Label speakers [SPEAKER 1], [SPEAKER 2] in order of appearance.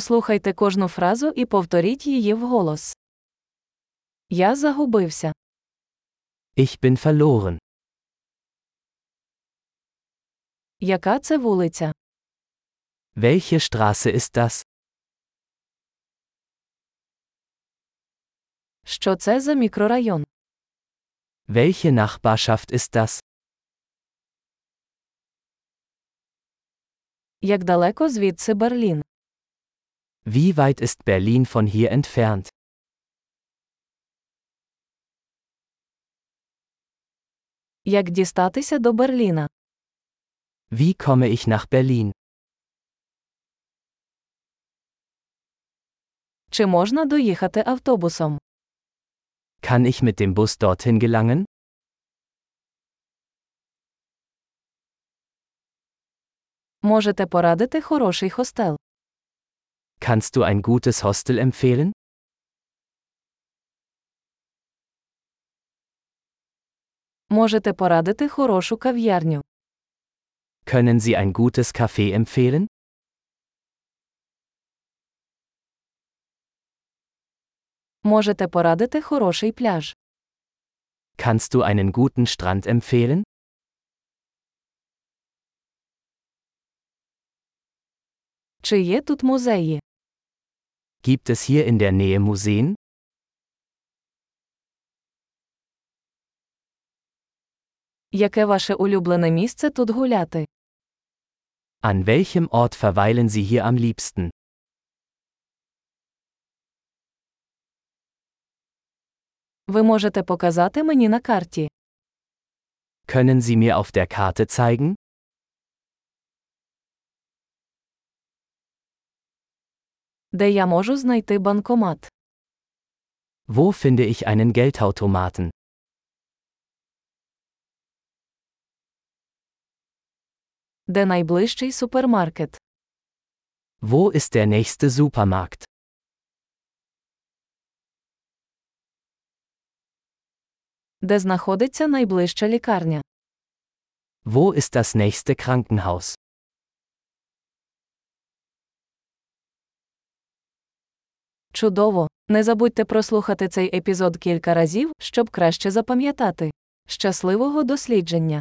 [SPEAKER 1] Послухайте кожну фразу і повторіть її вголос. Я загубився.
[SPEAKER 2] Ich bin verloren.
[SPEAKER 1] Яка це вулиця?
[SPEAKER 2] Welche Straße ist das?
[SPEAKER 1] Що це за мікрорайон?
[SPEAKER 2] Welche Nachbarschaft ist das?
[SPEAKER 1] Як далеко звідси Берлін?
[SPEAKER 2] Wie weit ist Berlin von hier entfernt?
[SPEAKER 1] Як дістатися до Берліна?
[SPEAKER 2] Wie komme ich nach Berlin?
[SPEAKER 1] Чи можна доїхати автобусом?
[SPEAKER 2] Kann ich mit dem Bus dorthin gelangen?
[SPEAKER 1] Можете порадити хороший хостел.
[SPEAKER 2] Kannst du ein gutes Hostel empfehlen?
[SPEAKER 1] Можете порадити хорошу кав'ярню.
[SPEAKER 2] Können Sie ein gutes Café empfehlen?
[SPEAKER 1] Можете порадити хороший пляж.
[SPEAKER 2] Kannst du einen guten Strand empfehlen?
[SPEAKER 1] Чи є тут музеї?
[SPEAKER 2] Gibt es hier in der Nähe Museen?
[SPEAKER 1] Яке ваше улюблене місце тут гуляти?
[SPEAKER 2] An welchem Ort verweilen Sie hier am liebsten?
[SPEAKER 1] Ви можете показати мені на карті.
[SPEAKER 2] Können Sie mir auf der Karte zeigen?
[SPEAKER 1] Де я можу знайти банкомат?
[SPEAKER 2] Wo finde ich einen Geldautomaten?
[SPEAKER 1] Де найближчий супермаркет?
[SPEAKER 2] Wo ist der nächste Supermarkt?
[SPEAKER 1] Де знаходиться найближча лікарня?
[SPEAKER 2] Wo ist das nächste Krankenhaus?
[SPEAKER 1] Чудово! Не забудьте прослухати цей епізод кілька разів, щоб краще запам'ятати. Щасливого дослідження!